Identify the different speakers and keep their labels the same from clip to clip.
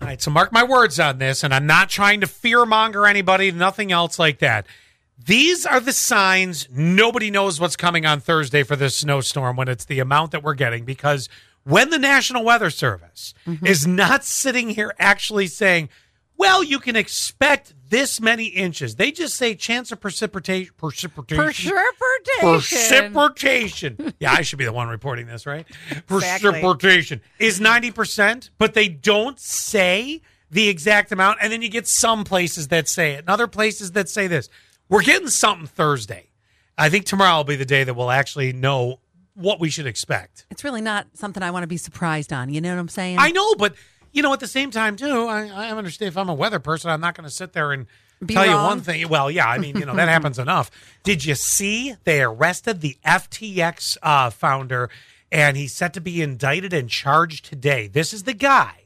Speaker 1: right, so mark my words on this, and I'm not trying to fear monger anybody, nothing else like that. These are the signs nobody knows what's coming on Thursday for this snowstorm when it's the amount that we're getting because when the National Weather Service is not sitting here actually saying, well, you can expect this many inches. They just say chance of precipitation. Precipitation.
Speaker 2: Precipitation.
Speaker 1: Precipitation. yeah, I should be the one reporting this, right?
Speaker 2: Exactly.
Speaker 1: Precipitation is 90%, but they don't say the exact amount. And then you get some places that say it and other places that say this. We're getting something Thursday. I think tomorrow will be the day that we'll actually know what we should expect.
Speaker 2: It's really not something I want to be surprised on. You know what I'm saying?
Speaker 1: I know, but you know, at the same time too, I, I understand if I'm a weather person, I'm not going to sit there and
Speaker 2: Be
Speaker 1: tell you
Speaker 2: wrong.
Speaker 1: one thing. Well, yeah, I mean, you know, that happens enough. Did you see they arrested the FTX uh, founder, and he's set to be indicted and charged today. This is the guy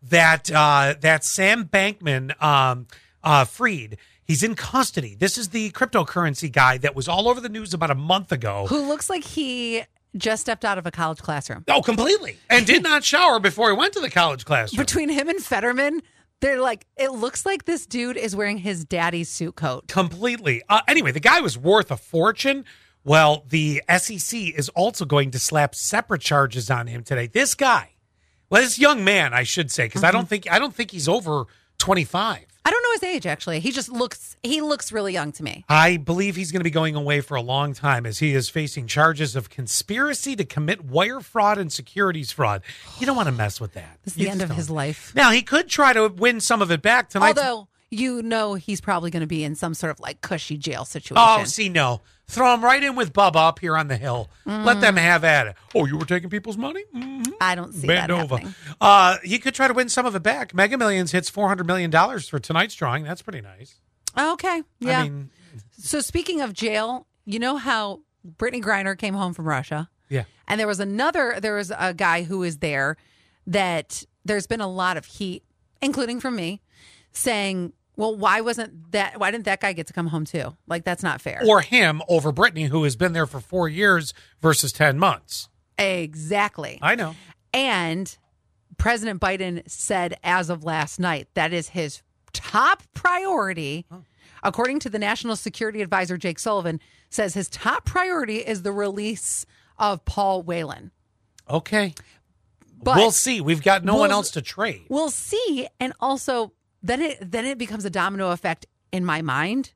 Speaker 1: that uh, that Sam Bankman um, uh, freed. He's in custody. This is the cryptocurrency guy that was all over the news about a month ago.
Speaker 2: Who looks like he just stepped out of a college classroom.
Speaker 1: Oh, completely. And did not shower before he went to the college classroom.
Speaker 2: Between him and Fetterman, they're like, it looks like this dude is wearing his daddy's suit coat.
Speaker 1: completely. Uh, anyway, the guy was worth a fortune. Well, the SEC is also going to slap separate charges on him today. This guy, well, this young man, I should say, because I
Speaker 2: Mm-hmm.
Speaker 1: don't think I don't think he's over twenty five.
Speaker 2: I don't know his age actually. He just looks he looks really young to me.
Speaker 1: I believe he's going to be going away for a long time as he is facing charges of conspiracy to commit wire fraud and securities fraud. You don't want to mess with that.
Speaker 2: This is the
Speaker 1: You
Speaker 2: end
Speaker 1: just
Speaker 2: of his
Speaker 1: don't.
Speaker 2: life.
Speaker 1: Now he could try to win some of it back tonight.
Speaker 2: Although you know he's probably going to be in some sort of like cushy jail situation.
Speaker 1: Oh, see, no. Throw him right in with Bubba up here on the hill. Let them have at it. Oh, you were taking people's money? hmm
Speaker 2: I don't Mm. see
Speaker 1: Bend
Speaker 2: that
Speaker 1: over.
Speaker 2: happening.
Speaker 1: Uh, he could try to win some of it back. Mega Millions hits $400 million for tonight's drawing. That's pretty nice.
Speaker 2: Okay, yeah.
Speaker 1: I mean,
Speaker 2: so speaking of jail, you know how Brittany Griner came home from Russia?
Speaker 1: yeah.
Speaker 2: And there was another, there was a guy who is there that there's been a lot of heat, including from me, saying, well, why wasn't that, why didn't that guy get to come home too? Like, that's not fair.
Speaker 1: Or him over Brittany, who has been there for four years versus 10 months.
Speaker 2: exactly.
Speaker 1: I know.
Speaker 2: And President Biden said as of last night that is his top priority. According to the National Security Advisor Jake Sullivan, says his top priority is the release of Paul Whelan.
Speaker 1: Okay.
Speaker 2: But
Speaker 1: we'll see. We've got no one
Speaker 2: We'll-
Speaker 1: else to trade.
Speaker 2: we'll see and also then it then it becomes a domino effect in my mind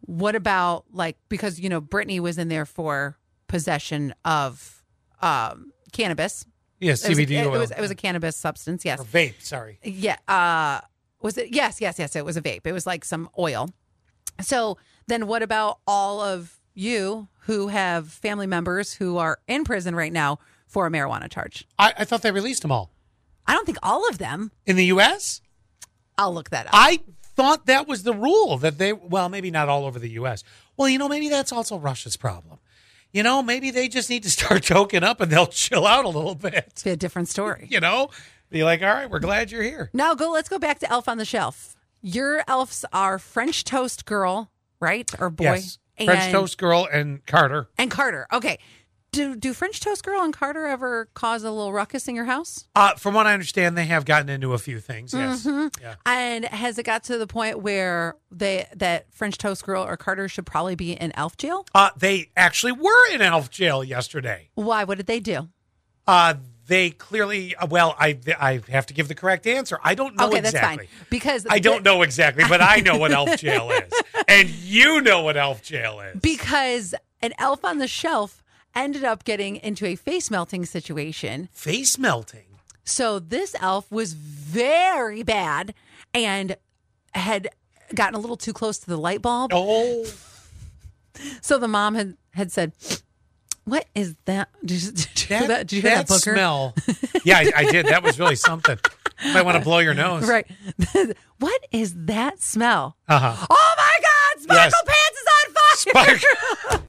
Speaker 2: what about like because you know brittany was in there for possession of um cannabis
Speaker 1: Yeah,
Speaker 2: it was,
Speaker 1: CBD
Speaker 2: it,
Speaker 1: oil.
Speaker 2: was it was a cannabis substance yes
Speaker 1: or vape, sorry.
Speaker 2: yeah uh was it yes yes yes it was a vape it was like some oil so then what about all of you who have family members who are in prison right now for a marijuana charge
Speaker 1: I, I thought they released them all.
Speaker 2: i don't think all of them
Speaker 1: In the U.S.?
Speaker 2: i'll look that up
Speaker 1: I thought that was the rule that they well maybe not all over the US. Well, you know maybe that's also Russia's problem. You know, maybe they just need to start choking up and they'll chill out a little bit.
Speaker 2: It's a different story.
Speaker 1: You know, be like, "All right, we're glad you're here."
Speaker 2: Now go. Let's go back to Elf on the Shelf. Your elves are French Toast Girl, right? Or boy?
Speaker 1: Yes. French
Speaker 2: and,
Speaker 1: Toast Girl and Carter.
Speaker 2: and Carter. Okay. Do do French Toast Girl and Carter ever cause a little ruckus in your house?
Speaker 1: Uh, from what I understand, they have gotten into a few things. Yes.
Speaker 2: Mm-hmm.
Speaker 1: Yeah.
Speaker 2: And has it got to the point where they that French Toast Girl or Carter should probably be in elf jail?
Speaker 1: Uh, they actually were in elf jail yesterday.
Speaker 2: Why? What did they do?
Speaker 1: Uh, they clearly, uh, well, I I have to give the correct answer. I don't know
Speaker 2: okay, that's
Speaker 1: Oh, exactly.
Speaker 2: fine. Because
Speaker 1: I don't know exactly, but I know what elf jail is. And you know what elf jail is.
Speaker 2: because an elf on the shelf ended up getting into a face melting situation
Speaker 1: Face melting.
Speaker 2: So this elf was very bad and had gotten a little too close to the light bulb.
Speaker 1: Oh,
Speaker 2: So the mom had, had said, What is that? Did you, did you hear that? Did you hear that, Booker?
Speaker 1: smell. Yeah, I, I did. That was really something. Might want to blow your nose.
Speaker 2: Right. what is that smell?
Speaker 1: Uh huh.
Speaker 2: Oh my God! Sparkle
Speaker 1: Yes.
Speaker 2: Pants is on fire!
Speaker 1: Spark-